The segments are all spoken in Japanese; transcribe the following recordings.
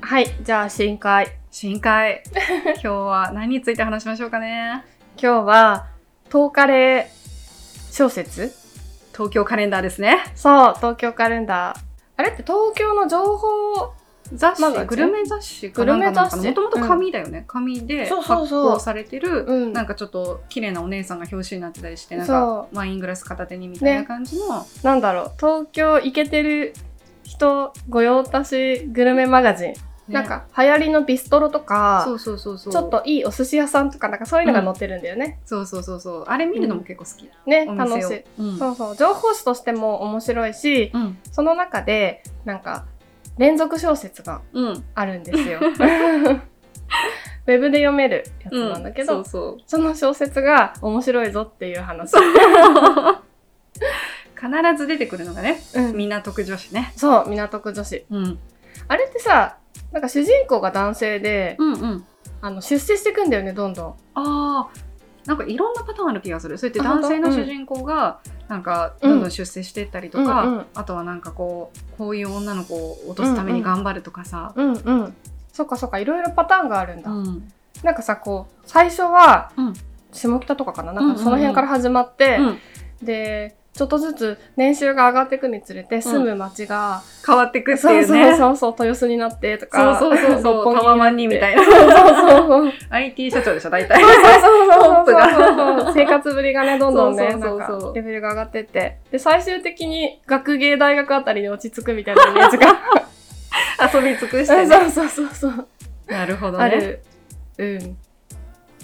はい、じゃあ深海。深海今日は何について話しましょうかね今日は、東カレー小説東京カレンダーですねそう、東京カレンダー。あれって東京の情報雑誌、まだグルメ雑誌かなんかなのかグルなメも雑誌ともと紙だよね、紙でそう発そうそう行されてるうんなんかちょっと綺麗なお姉さんが表紙になってたりしてなんそかワイングラス片手にみたいなね感じの、なんだろう、東京行けてる人御用達グルメマガジン。ねなんか流行りのビストロとそか、うそうそうそうちょっといいお寿司屋さんとかなんかそういうのが載ってるんだよね。そうそうそうそうあれ見るのも結構好き、ね、お楽店をしい。うんそうそう、情報誌としても面白いし、うんその中で、なんか、連続小説がうんあるんですよ。ウェブで読めるやつなんだけど、うんそうその小説が面白いぞっていう話。そう必ず出てくるのがねうん港区女子ね、そう、港区女子。うん、あれってさ、なんか主人公が男性で、うんうんあの出世していくんだよね、どんどん。あーなんかいろんなパターンある気がするそうやってあ本男当性の主人公がなんかうんどんどん出世していったりとか、うんうんあとはなんかこうこういう女の子を落とすために頑張るとかさ、うんうん。そっかそっか、いろいろパターンがあるんだ。うんなんかさ、こう、最初はうん、下北とかかな、うんなうんんうかんその辺から始まって、うんで、ちょっとずつ年収が上がっていくにつれて、住む町が、変わってくってそいううそうねそうそう、豊洲になってとそうか、そうそう六そう本木タワマンにみたいなそうそうそう。 IT 社長でしょ大体そうそうそうそうそうトそうそう生活ぶりがね、どんどんね、そうなそんうそうそうか、レベルが上がってって。で、最終的に学芸大学あたりに落ち着くみたいなイメージが。 遊び尽く しそてうねそうそうそう。なるほどあねる。うん。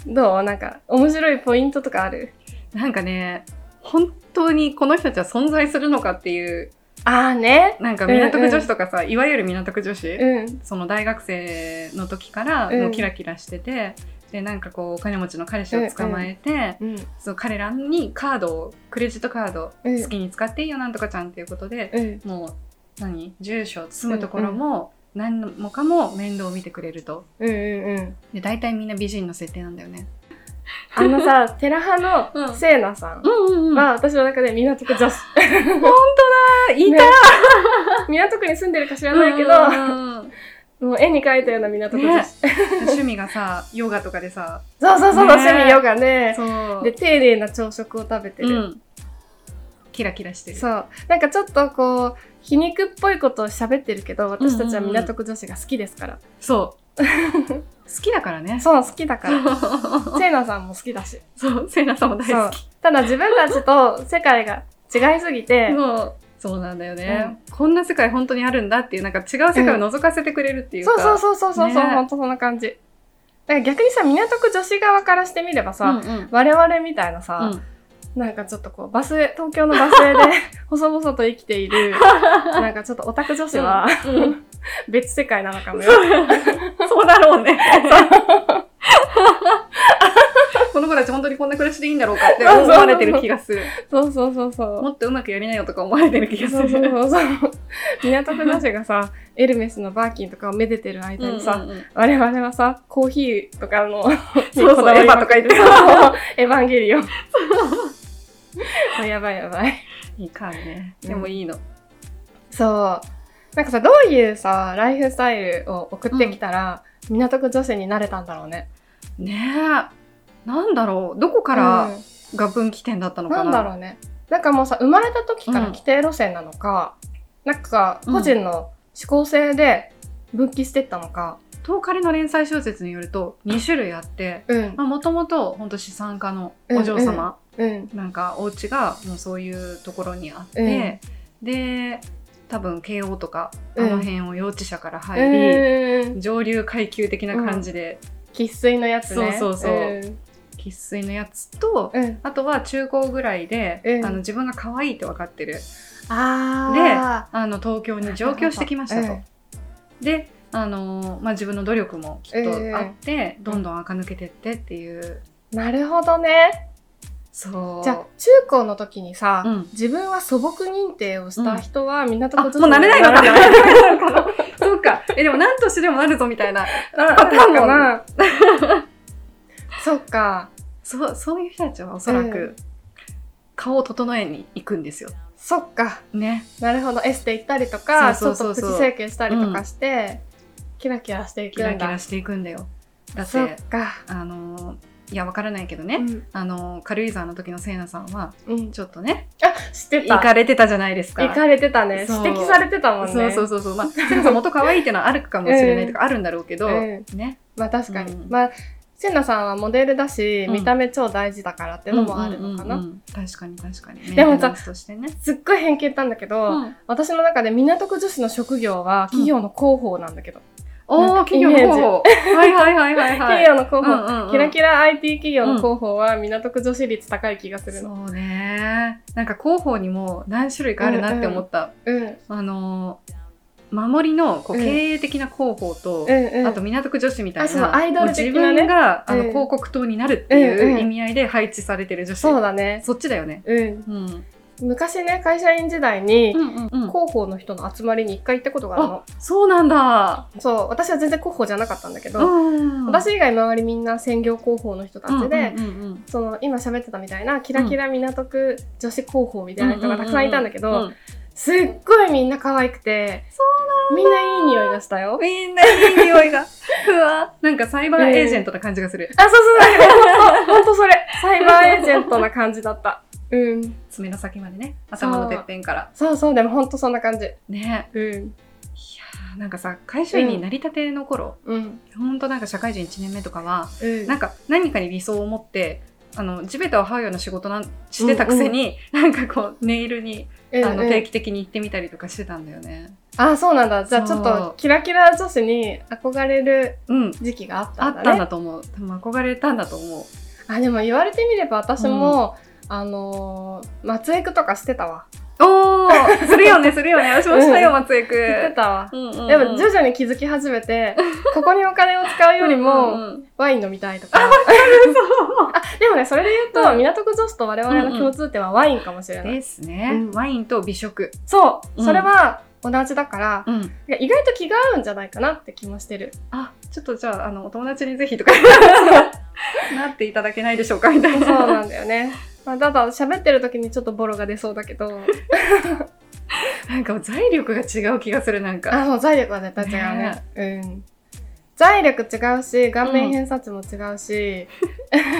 どうなんか、面白いポイントとかあるなんかね本当にこの人たちは存在するのかっていうあーね。なんか港区女子とかさ、いわゆる港区女子、うん。その大学生の時からうんもうキラキラしてて、でなんかこうお金持ちの彼氏を捕まえて、うん。そう彼らにカードをクレジットカードうん好きに使っていいよなんとかちゃんっていうことで、うん。もう何住所住むところも何もかも面倒を見てくれるとうんうんうん。で大体みんな美人の設定なんだよね。あの さ、テラハうのんセーナさんんうんは私の中で港区女子。本当だいね港区に住んでるか知らないけど、もう絵に描いたような港区女子。趣味がさヨガとかでさそうそうそう、ね趣味ヨガね。そうで、丁寧な朝食を食べてうる。ん、キラキラしてる。そう。なんかちょっとこう、皮肉っぽいことを喋ってるけど、私たちはうんうんうん港区女子が好きですから。 そう好きだからねそう、好きだ から。セイナさんも好きだし。そう、セイナさんもそ大う好き。。ただ自分たちと世界が違いす ぎて、そう。そうなんだよね、こんな世界本当にあるんだっていう、なんか違う世界を覗かせてくれるっていうか。そうそうそうそうそう、ねほんとそんな感じ。だから逆にさ、港区女子側からしてみればさ、うんうん我々みたいなさ、うんなんかちょっとこう、バス、東京のバス停で 細々と生きてい る、なんかちょっとオタク女子は、うん別世界なのかもよ。そうだろうね。この子たち本当にこんな暮らしでいいんだろう かって思われてる気がする。そうそうそうそう。もっとうまくやりなよとか思われてる気がすそうそうる。そうそう。港区女子がさ、エルメスのバーキンとかをめでてる間にさ、うんうんうん我々はさ、コーヒーとかの、そうそう、エヴァとか言ってそうさ。そうエヴァンゲリオン。やばいやばい。いいかんね。でもいいの。そう。なんかさ、どういうさ、ライフスタイルを送ってきたら、港区女子になれたんだろうね。ねえ。なんだろう。どこからうが分岐点だったのん、かな。なんだろうね。なんかもうさ、生まれた時から規定路線なのか、なんか個人の思考性で分岐してったのか、東カレの連載小説によると2種類あってうん、もともと本当資産家のお嬢様、うん、なんかお家がもうそういうところにあって、で多分慶応とかあの辺を幼稚舎から入り、うん上流階級的な感じで生粋のやつね。そうそうそうん生粋のやつと、うん。あとは中高ぐらいで、うんあの自分が可愛いって分かってるああの東京に上京してきましたなとる。であのまあ、自分の努力もきっとあって、どんどん垢抜けてってっていうで、なるほどね。そうじゃあ、中高の時にさ、うん自分は素朴認定をした人は、港あ区女も子うなれないのかにななれないのかな そうかえでも何としてでもなるぞみたいななパターンもかな。そっか。そうそういう人たちはおそらく、うん顔を整えに行くんですよそっか。ねなるほど。エステ行ったりとか、そうそうそうそうちょっとプチ整形したりとかして、キラキラしていくキラんキラだ。していくんだよだっそてっか。あのいやわからないけどね、うんあの軽井沢の時のせいなさんはうんちょっとねあ、知って行た。かれてたじゃないですか行かれてたね。指そう摘されてたもんね。そうそうそうそうまあせいなさん元可愛いっていうのはあるかもしれないとかあるんだろうけど、うんねまあ確かに。うんまあ、せなさんはモデルだし、うん見た目超大事だからってのもあるのかうんうな。んうん確かに確かにでもさメンテナンスとしてね、すっごい偏見なんだけど、うん私の中で港区女子の職業は企業の広報なんだけど。おなおんかイ企メ業ージ広報はいはいはいはいはい 企業の広報、うんうんうんキラキラ IT 企業の広報は港区女子率高い気がするの。そうねなんか広報にも何種類かあるなって思った、うん。うんあの守りのこううん経営的な広報と、うん。あと港区女子みたいあそうなアイドル的なねもう自分が、あのうん広告塔になるっていんううん意味合いで配置されてる女子、そうだね。そっちだよね、うん。うん、うん昔ね、会社員時代に、うんうん広報の人の集まりに一回行ったことがあるの。そうなんだ、そう、私は全然広報じゃなかったんだけど、うん、私以外周りみんな専業広報の人たちで、うんうんうんうんその今喋ってたみたいなキラキラ港区女子広報みたいな人がたくさんいたんだけど、うすっごいみんな可愛くてみんないい匂いがしたよ。みんないい匂いが うわなんかサイバーエージェントな感じがする、あ、そうそうそう、 ほんと、ほんとそれ。サイバーエージェントな感じだった。うん。爪の先までね頭のてっぺんからそうそう、でもほんとそんな感じ。ねうん。なんかさ会社員になりたての頃、うん。ほんとなんか社会人1年目とかはうん。なんか何かに理想を持ってあの地べたを這うような仕事なんしてたくせに、なんかこうネイルにうんあのうん定期的に行ってみたりとかしてたんだよね。あ、そうなんだ。じゃあちょっそうと、キラキラ女子に憧れるうん、時期があったあんっだたんね。だと思う。多分憧れたんだと 思う。あでも言われてみれば私も、あのー、松江区とかしてたわ。おお、するよね、するよね。私もしたよ、松江してく。たわ。うんうんうんでも徐々に気づき始め て、ここにお金を使うよりうんうもんうんワイン飲みたいと か。でもね、 それで言ううと、ん港区女子と我々の共通点はワインかもしれない。ですね、うんワインと美食。そう、うんそれは同じだから、うん。いや意外と気が合うんじゃないかなって気もして る。あ、ちょっとじゃあ、あの、お友達にぜひとか、 なっていただけないでしょうか、みたいそうな。なんだよね。まあ、ただ喋ってる時にちょっとボロが出そうだけど、なんか財力が違う気がする、なんか。あ、そう、財力は絶対違うね。うん。財力違うし、顔面偏差値も違うし、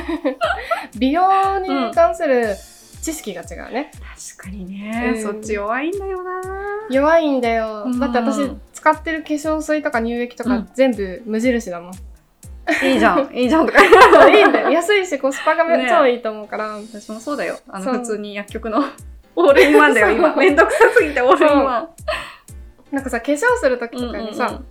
美容に関する知識が違うね。確かにね、うんそっち弱いんだよな。弱いんだよ。うんだって私、使ってる化粧水とか乳液とうかん全部無印 だもん。いいじゃん、いいじゃんとか。そういいんだよ。安いし、コスパがめねっちゃいいと思うから。私もそうだよ。あの、そう普通に薬局の オールインワンだよ、今。そうめんどくさすぎてオールインワン。なんかさ、化粧する時とかにさ、うんうん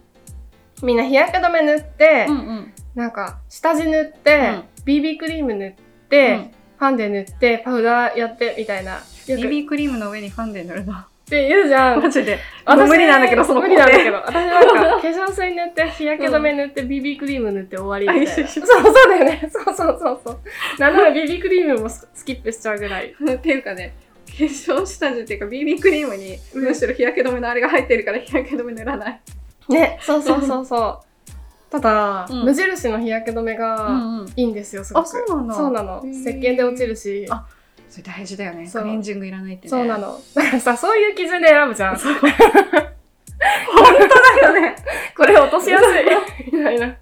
みんな日焼け止め塗って、うんうんなんか下地塗って、BB クリーム塗って、うんファンデ塗って、パウダーやって、みたいな。よく BB クリームの上にファンデ塗るの。って言うじゃん。マジで。 もう無理なんだけど、その無理なんだけど。私なんか、化粧水塗って、日焼け止め塗って、BB クリーム塗って終わりみたいあな。一緒そう、一そうだよね。 そうそうそうそう。なんなら BB クリームもススキップしちゃうぐらい。工程っていうかね、化粧下地っていうか BB クリームに、むしろ日焼け止めのあれが入ってるから日焼け止め塗らない。ね、そうそうそうそう。 ただ、うん無印の日焼け止めがうん。いいんですよ、すごく。あそうなんだそうなの。へー石鹸で落ちるし。あそれ大事だよね。クそうレンジングいらないってね。そうな。の。だからさ、そういう基準で選ぶじ ゃん。そう。本当だよね。 これ落としやす い。みたいな。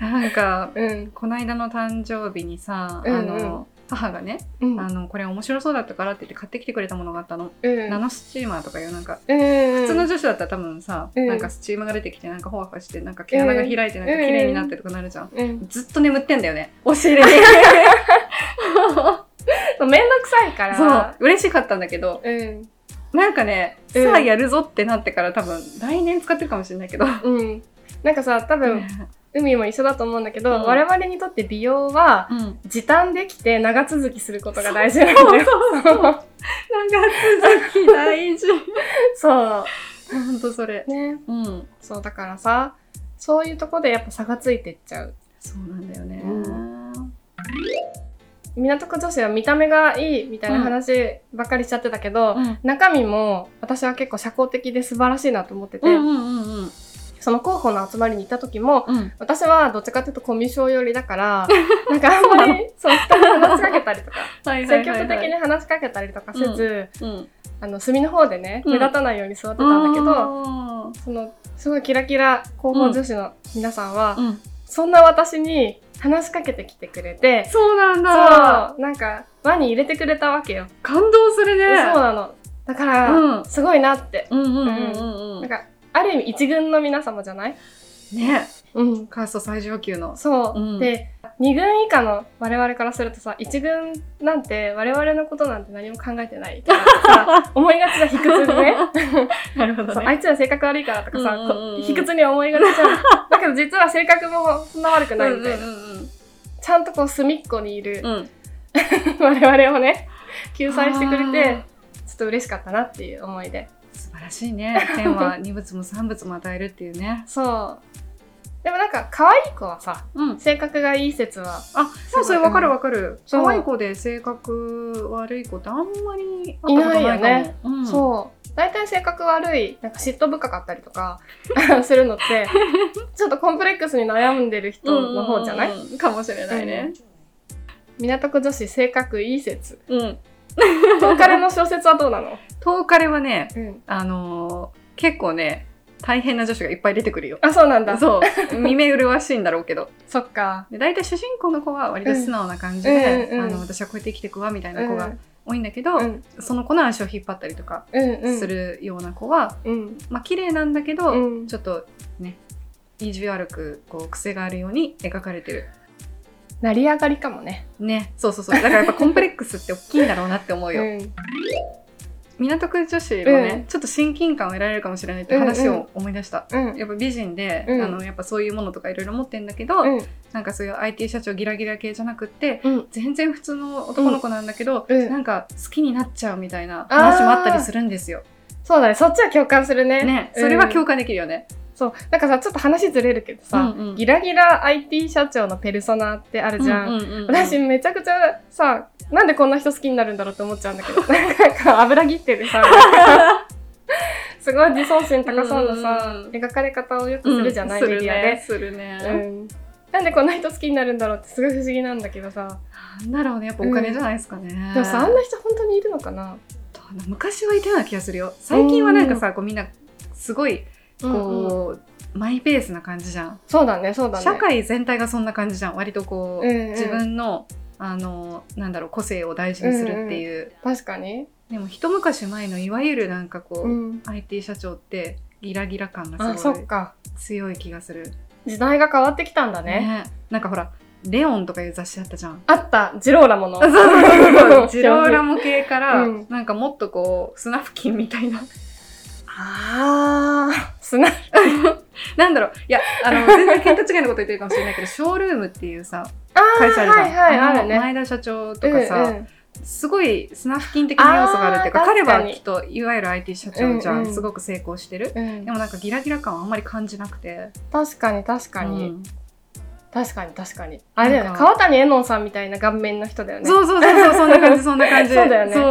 なんか、うん。この間の誕生日にさ、うんうあんの、母がね、うん。あの、これ面白そうだったからって言って買ってきてくれたものがあったの。うん。ナノスチーマーとかいうなんか、普普通の女子だったら多分さ、うんなんかスチームが出てきて、なんかほわほわして、なんか毛穴が開いて、なんか綺麗になってとかなるじゃん。うん。ずっと眠ってんだよね。押し入れ に。そうめんどくさいから。そう。嬉しかったんだけど、うん。なんかね、うんさあやるぞってなってから多分、来年使ってるかもしれないけど。うん。なんかさ、多 う分、海も一緒だと思うんだけど、うん我々にとって美容は、ん。時短できて長続きすることが大事なんそだうそうよ。そう。長続き大 事。 そほんとそれ。う。ね。うん。そう、だからさ、そういうとこでやっぱ差がついてっちゃう。そうなんだよね。う港区女子は見た目がいいみたいな話ばっかりしちゃってたけど、うん中身も私は結構社交的で素晴らしいなと思ってて、うんうんうんうん。その候補の集まりに行った時も、うん。私はどっちかっていうとコミュ障寄りだ から、なんかあんまり、そう、人に話しかけたりとか、はいはいはいはい積極的に話しかけたりとかせず、うん。あの隅の方でね、うん目立たないように座ってたんだけどど、そのすごいキラキラ高校女子の皆さんは、うん、そんな私に話しかけてきてくれてそうなんそうだなんか輪に入れてくれたわけよ、感動するねそうなのだから、うんすごいなってうんうんうんうんなうんんかある意味一軍の皆様じゃない、ねうん、カースト最上級のそう、うんで2軍以下の我々からするとさ1軍なんて我々のことなんて何も考えてないとか さ思いがちな卑屈でねなるほそうあいつら性格悪いからとかさ、うんうんうんこ卑屈に思いがちじゃん だけど実は性格もそんな悪くないみたいな、ちゃんとこう隅っこにいるうん 我々をね救済してくれあてちょっと嬉しかったなっていう思いでー素晴らしいね天 は二物も三物も与えるっていうねそうでもなんか可愛い子はさうん性格がいい説はあでもそれわかるわかるそう可愛い子で性格悪い子ってあんまり会ったことないかいもないよねうんそう大体性格悪いなんか嫉妬深かったりとか するの ってちょっとコンプレックスに悩んでる人の方じゃない、うんうんうんかもしれないね港区女子性格いい説うん東彼の小説はどうなの、東彼はねうん、あのー結構ね大変な女子がいっぱい出てくるよあそうなんだそそう見目麗しいんだろうけどっかで大体主人公の子は割と素直な感じで、うんうんうんあの私はこうやって生きていくわみたいなう子んが多いんだけど、うんその子の足を引っ張ったりとかうんうんするような子は、うんまあ綺麗なんだけど、うんちょっとね意地悪くこう癖があるように描かれてる成り上がりかもねねそうそうそうだからやっぱコンプレックスって大きいんだろうなって思ううよ、ん港区女子はね、うんちょっと親近感を得られるかもしれないって話を思い出した、うんやっぱ美人で、うんあのやっぱそういうものとかいろいろ持ってんだけど、うんなんかそういう IT 社長ギラギラ系じゃなくってうん全然普通の男の子なんだけど、うんなんか好きになっちゃうみたいな話もあったりするんですよ。そうだねそっちは共感するねね、それは感、共感できるよね。そうなんかさちょっと話ずれるけどさ、うんうんギラギラ IT 社長のペルソナってあるじゃん、うんうんうん私めちゃくちゃさなんでこんな人好きになるんだろうって思っちゃうんだけどなんか油切ってるさすごい自尊心高そうなさ、うん描かれ方をよくするじゃない、うんメディアで、するね。するねうん、なんでこんな人好きになるんだろうってすごい不思議なんだけどさなんだろうねやっぱお金じゃないですかね。でもさあんな人本当にいるのかな昔はいたような気がするよ。最近はなんかさこうみんなすごいこう、うんうんマイペースな感じじゃん。そうだねそうだね社会全体がそんな感じじゃん割とこう、うんうん自分のあのなんだろう個性を大事にするっていう、確かに、でも一昔前のいわゆるなんかこう、うん、 IT 社長ってギラギラ感あがすそごっいか強い気がする時代が変わってきたんだねなんかほら「レオン」とかいう雑誌あったじゃん。あったジローラものそうそうそうそ うジローラモモ系から、うんなんかもっとこうスナフキンみたいな ああ砂なんだろういやあの全然見当違いのこと言ってるかもしれないけどショールームっていうさ会社あるじゃん、はいはいあのるね前田社長とかさ、うんうんすごいスナフキン的な要素があるっていうかあー彼確かはにきっといわゆる IT 社長じゃん、うんうんすごく成功してるうんでもなんかギラギラ感はあんまり感じなくて確かに確かに、うん確かに確かにあれだよなんねか川谷絵音さんみたいな顔面の人だよねそうそうそうそうそんな 感じそんな感じそうだよねそう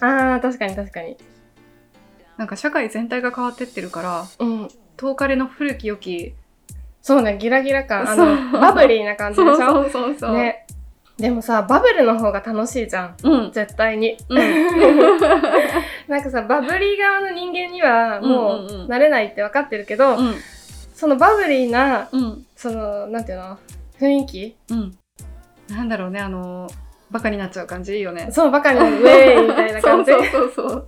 あー確かに確かになんか社会全体が変わってってるからうん東カレの古き良きそうねギラギラ感あそのうバブリーな感じでしょうそうそねでもさバブルの方が楽しいじゃんうん絶対にうんなんかさバブリー側の人間にはもうんうんううんなれないって分かってるけど、うんそのバブリーなうんそのなんていうの雰囲気うんなんだろうねあのバカになっちゃう感じいいよねそうバカにウェイみたいな感じ そうそうそうそう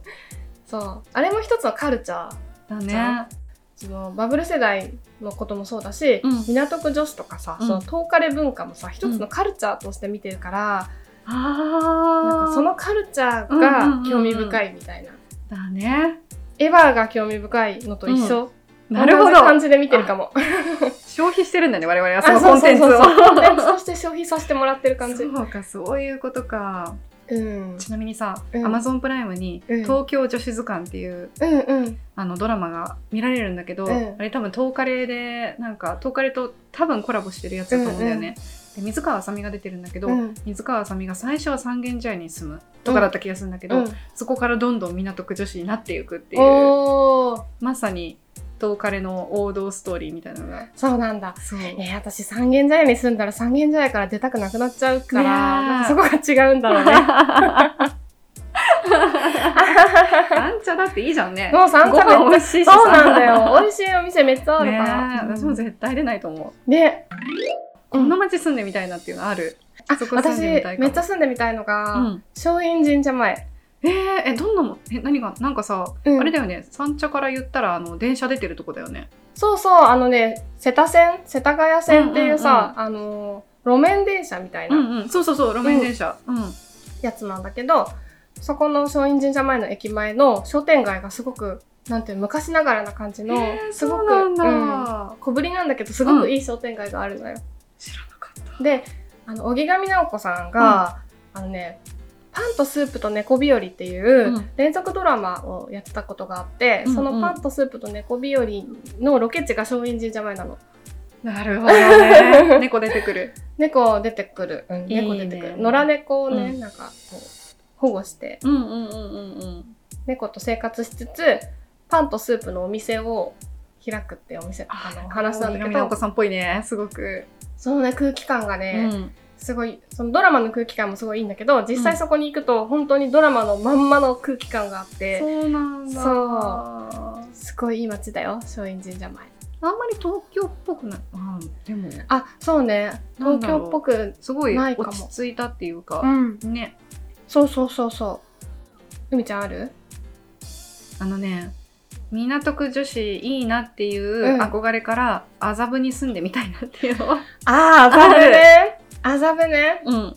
そうあれも一つのカルチャーだじゃねそのバブル世代のこともそうだし、うん港区女子とかさ、うんその東カレ文化もさ一つのカルチャーとして見てるから、なんあかあそのカルチャーうんうんうんがうん興味深いみたいな、だねエヴァが興味深いのと一緒、なるほ同じど感じで見てるかも消費してるんだね我々はあそのコンテンツをそうそうそうコンテンツとして消費させてもらってる感じそうかそういうことかうんちなみにさ、うん Amazon プライムに「うん東京女子図鑑」っていう、うんうんあのドラマが見られるんだけど、うんあれ多分東カレでなんか東カレと多分コラボしてるやつだと思うんだよね、で水川あさみが出てるんだけど、うん水川あさみが最初は三軒茶屋に住むとかだった気がするんだけど、うんそこからどんどん港区女子になっていくっていうおーまさに東カレの王道ストーリーみたいなのがそうなんだそうえー、私三軒茶屋に住んだら三軒茶屋から出たくなくなっちゃうからね えなんかそこが違うんだろうねあははは茶だっていいじゃんね。そう三ご茶めっちゃ飯美味しいしさそうなんだ。よ。美味しいお店めっちゃあるねかえら。私も絶対出ないと思う。ねこんな町住んでみたいなっていうのある。あそこ住ん私、でみたいかもめっちゃ住んでみたいのが、うん松陰神社前。えー、えどんなもんえ何がなんかさ、うんあれだよね三茶から言ったらあの電車出てるとこだよねそうそう、あのね、瀬田線、世田谷線っていうさ、あのー、路面電車みたいなうんそうそうそう路面電車うん、やつなんだけど、そこの松陰神社前の駅前の商店街がすごく、なんていうの昔ながらな感じの、えーすごくそうなんだ、うん小ぶりなんだけど、すごくいい商店街があるのよ。知らなかったであの荻上直子さんが、あのね「パンとスープと猫日和」っていううん連続ドラマをやってたことがあって、うんうんその「パンとスープと猫日和」のロケ地が松陰神社前なのなるほど ね猫出てくる猫出てくる、うんいいね猫出てくる野良猫をね、うんなんかこう保護してうんうんうんうんうん猫と生活しつつパンとスープのお店を開くってお店あのお話なんだけ荻上直子どさんっぽいねすごく、そのね空気感がね、うんすごいそのドラマの空気感もすごいいいんだけど実際そこに行くと本当にドラマのまんまの空気感があって、そうなんだそうあすごいいい街だよ松陰神社前んまり東京っぽくないあでもあそうねなん東だろう京っぽくすごいないかも落ち着いたっていうかんねそうそうそうそう海ちゃんあるあのね港区女子いいなっていううん憧れから麻布に住んでみたいなっていうのは、あ麻布ね麻布ね うん、うん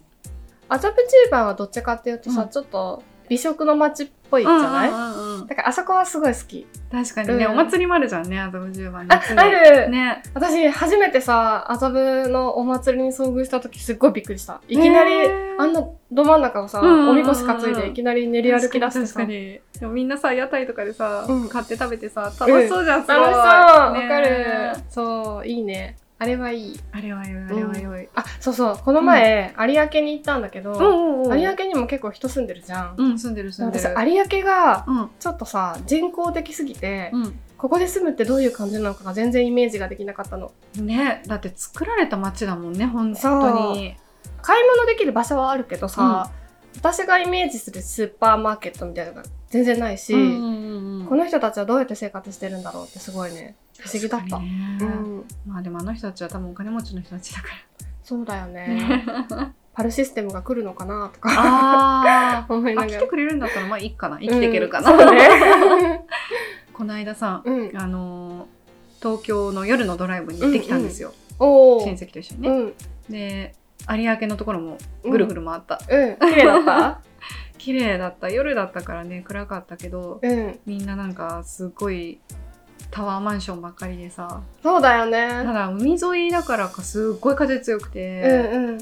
麻布中盤はどっちかっていうとさ、うんちょっと美食の街っぽいじゃない、うんうんうんだからあそこはすごい好き確かにね、うんお祭りもあるじゃんね麻布十番あ夏にある、ね私初めてさ麻布のお祭りに遭遇した時すっごいびっくりしたいきなり、へーあんなど真ん中をさ、うんうんうんうんおみこし担いでいきなり練り歩き出して確さかにでもみんなさ屋台とかでさ、うん買って食べてさ楽しそうじゃん、すごい楽しそうわ、ねかるそういいねあれはいいあれはよいあれはよい、あそうそうこの前、有明に行ったんだけど、おうおうおう有明にも結構人住んでるじゃん、うん住んでる住んで私る有明がうんちょっとさ人工的すぎて、うここで住むってどういう感じなのかが全然イメージができなかったのんねだって作られた街だもんね本当に買い物できる場所はあるけどさ、私がイメージするスーパーマーケットみたいなのが全然ないし、うんうんうんこの人たちはどうやって生活してるんだろうってすごいね不思議だった確かにねうん、まあでもあの人たちは多分お金持ちの人たちだかそうだよね。ら。パルシステムが来るのかなとか あー思いあ。な来がてら。くれるんだったらまあいいかな。生きていけるかうな。んそうね。この間さ、うん。あのー東京の夜のドライブに行ってきたんですよ。おお。親戚と一緒にね。うん。で、有明のところもぐるぐる。る回った。うん。綺麗だ った。綺麗だった。夜だったからね、暗かったけど、うん。みんななんかすごいタワーマンションばっかりでさ、そうだよたね。だ海沿いだからかすっごい風強くうて、んうん。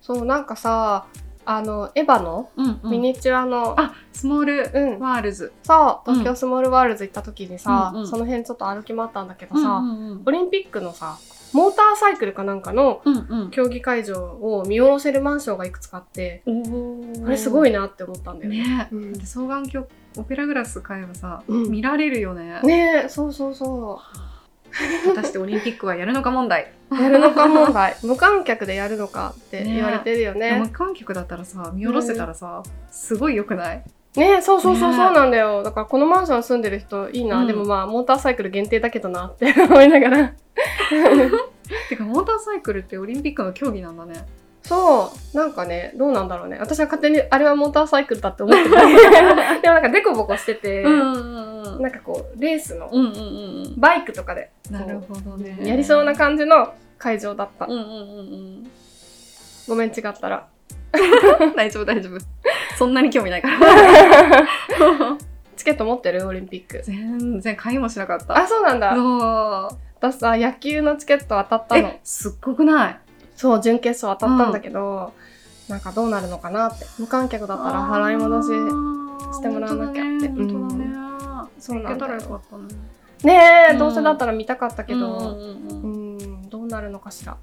そうなんかさ、あのエヴァのうんうんミニチュアの、あ、スモールうん、ワールズ。さうん東京スモールワールズ行った時にさ、うんうんその辺ちょっと歩き回ったんだけどうんさ、うんうんオリンピックのさ、モーターサイクルかなんかのうんうん競技会場を見下ろせるマンションがいくつかあって、おこれすごいいなって思ったんだよね。ね、うんだって双眼鏡オペラグラス買えばさ、うん見られるよねねえそうそうそ果たしてオリンピックはやるのか問題うやるのか問題 無観客でやるのかって言われてるよでもね無観客だったらさ見下ろせたらさ、すごい良くないねえそうそうそうねそうなんだよだからこのマンション住んでる人いいな、うんでもまあモーターサイクル限定だけどなって思いながらてかモーターサイクルってオリンピックの競技なんだねそうなんかねどうなんだろうね私は勝手にあれはモーターサイクルだって思ってたでもなんかデコボコしてて、うんうんうんなんかこうレースのうんうんうんバイクとかでなるほどねやりそうな感じの会場だった、うんうんうんごめん違ったらうん大丈夫大丈夫そんなに興味ないからチケット持ってるオリンピック全然買いもしなかったあそうなんだそう私さ野球のチケット当たったのえすっごくないそう、準決勝当たったんだけど、なんかどうなるのかなって。無観客だったら払い戻し。してもらわなきゃってあー本当だね本当だねそう行なけんただらよよ。かったねねえ、うんどうせだったら見たかったけけどど、うん、どうなるのかしら。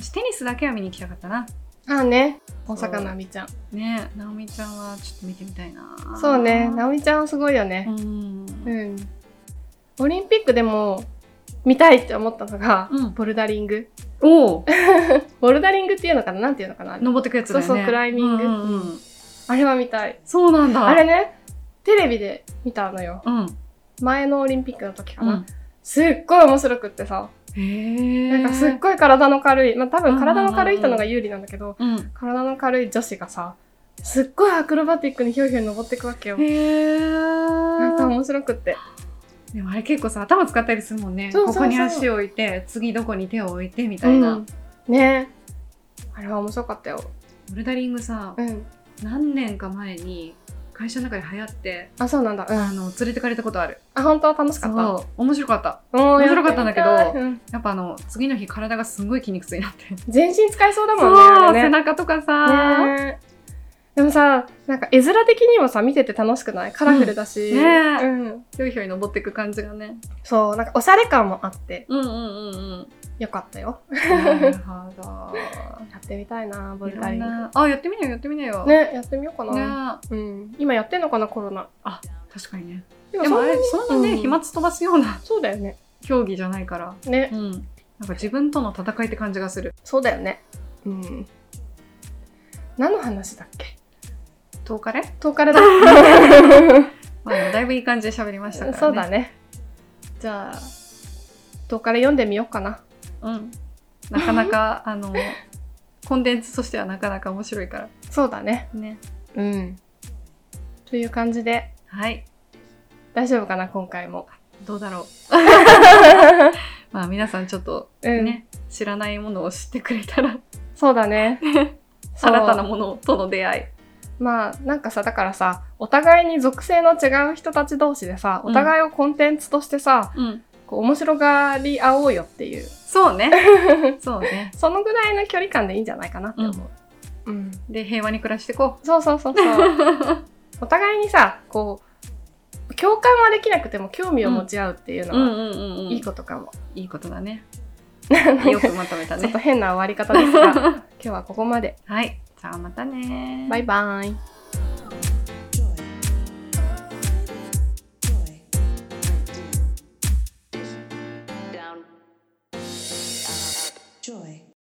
私テニスだけは見に行きたかったなああね、そう大坂なおみちゃん。ねえ直美ちゃんはちょっと見てみたいなそうね、なおみちゃんすごいよねう。んうん。オリンピックでも見たいって思ったのが、うんボルダリング。おおボルダリングっていうのかななんていうのかなあれ登ってくやつだよねそうそうクライミングうんうんうんあれは見たい。そうなんだあれね、テレビで見たのよ。うん。前のオリンピックの時かうな。ん。すっごい面白くってさ。へなえ。んかすっごい体の軽い、まあ多分体の軽い人のが有利なんだけど、うん。体の軽い女子がさ、すっごいアクロバティックにひょいひょい登っていくわけよ。へえ。なんか面白くって。でもあれ結構さ頭使ったりするもんねそうそうそうここに足を置いて次どこに手を置いてみたいな、うんねあれは面白かったよ。ボルダリングさ、うん。何年か前に会社の中で流行ってあ、そうなんだ。うん。あの連れてかれたことあるあ、本当楽しかった。そう面白かった面面白かったんだけどうん、やっぱあの次の日体がすごい筋肉痛になって全身使えそうだもんね。そう、あれ 背ね中とかさねねでもさ、なんか絵面的にもさ、見てて楽しくないカラフルだし、うんねうん。ひょいひょい登っていく感じがねそう、なんかおしゃれ感もあって、うんうんうんうんよかったよ。なるほ どやってみたいな、ボルいダろリんング。なあやってみなよやってみなよ、ね、やってみようかねな。うん。今やってんのかな、コロナ。確かにねででもあれにそんなうね、ん飛沫飛ばすような そうだよね。競技じゃないからねう、ん、なんか自分との戦いって感じがするそうだよね。うん。何の話だっけ10日ね、遠からだ。うまあ、だいぶいい感じで喋りましたからんねそうだね。じゃあ、遠から読んでみようかな。うんなかな かあのコンテンツとしてはなかなか面白いからそうだね。ねうん。という感じで、はい大丈夫かな、今回も。どうだろ うまあ皆さんちょっとうん。ね、知らないものを知ってくれたらそうだ ね。そう新たなものとの出会いまあなんかさだからさお互いに属性の違う人たち同士でさうんお互いをコンテンツとしてさ、うんこう面白がり合おうよっていうそう ねそうねそのぐらいの距離感でいいんじゃないかなって思う、うんで平和に暮らしていこそうそうそうそう お互いにさこう共感はできなくても興味を持ち合うっていううのは、んうんいいいいこことかも、いいことだねかよくまとめた ちょっね と変な終わり方ですが今日はここまではいじゃあまたねバイバイ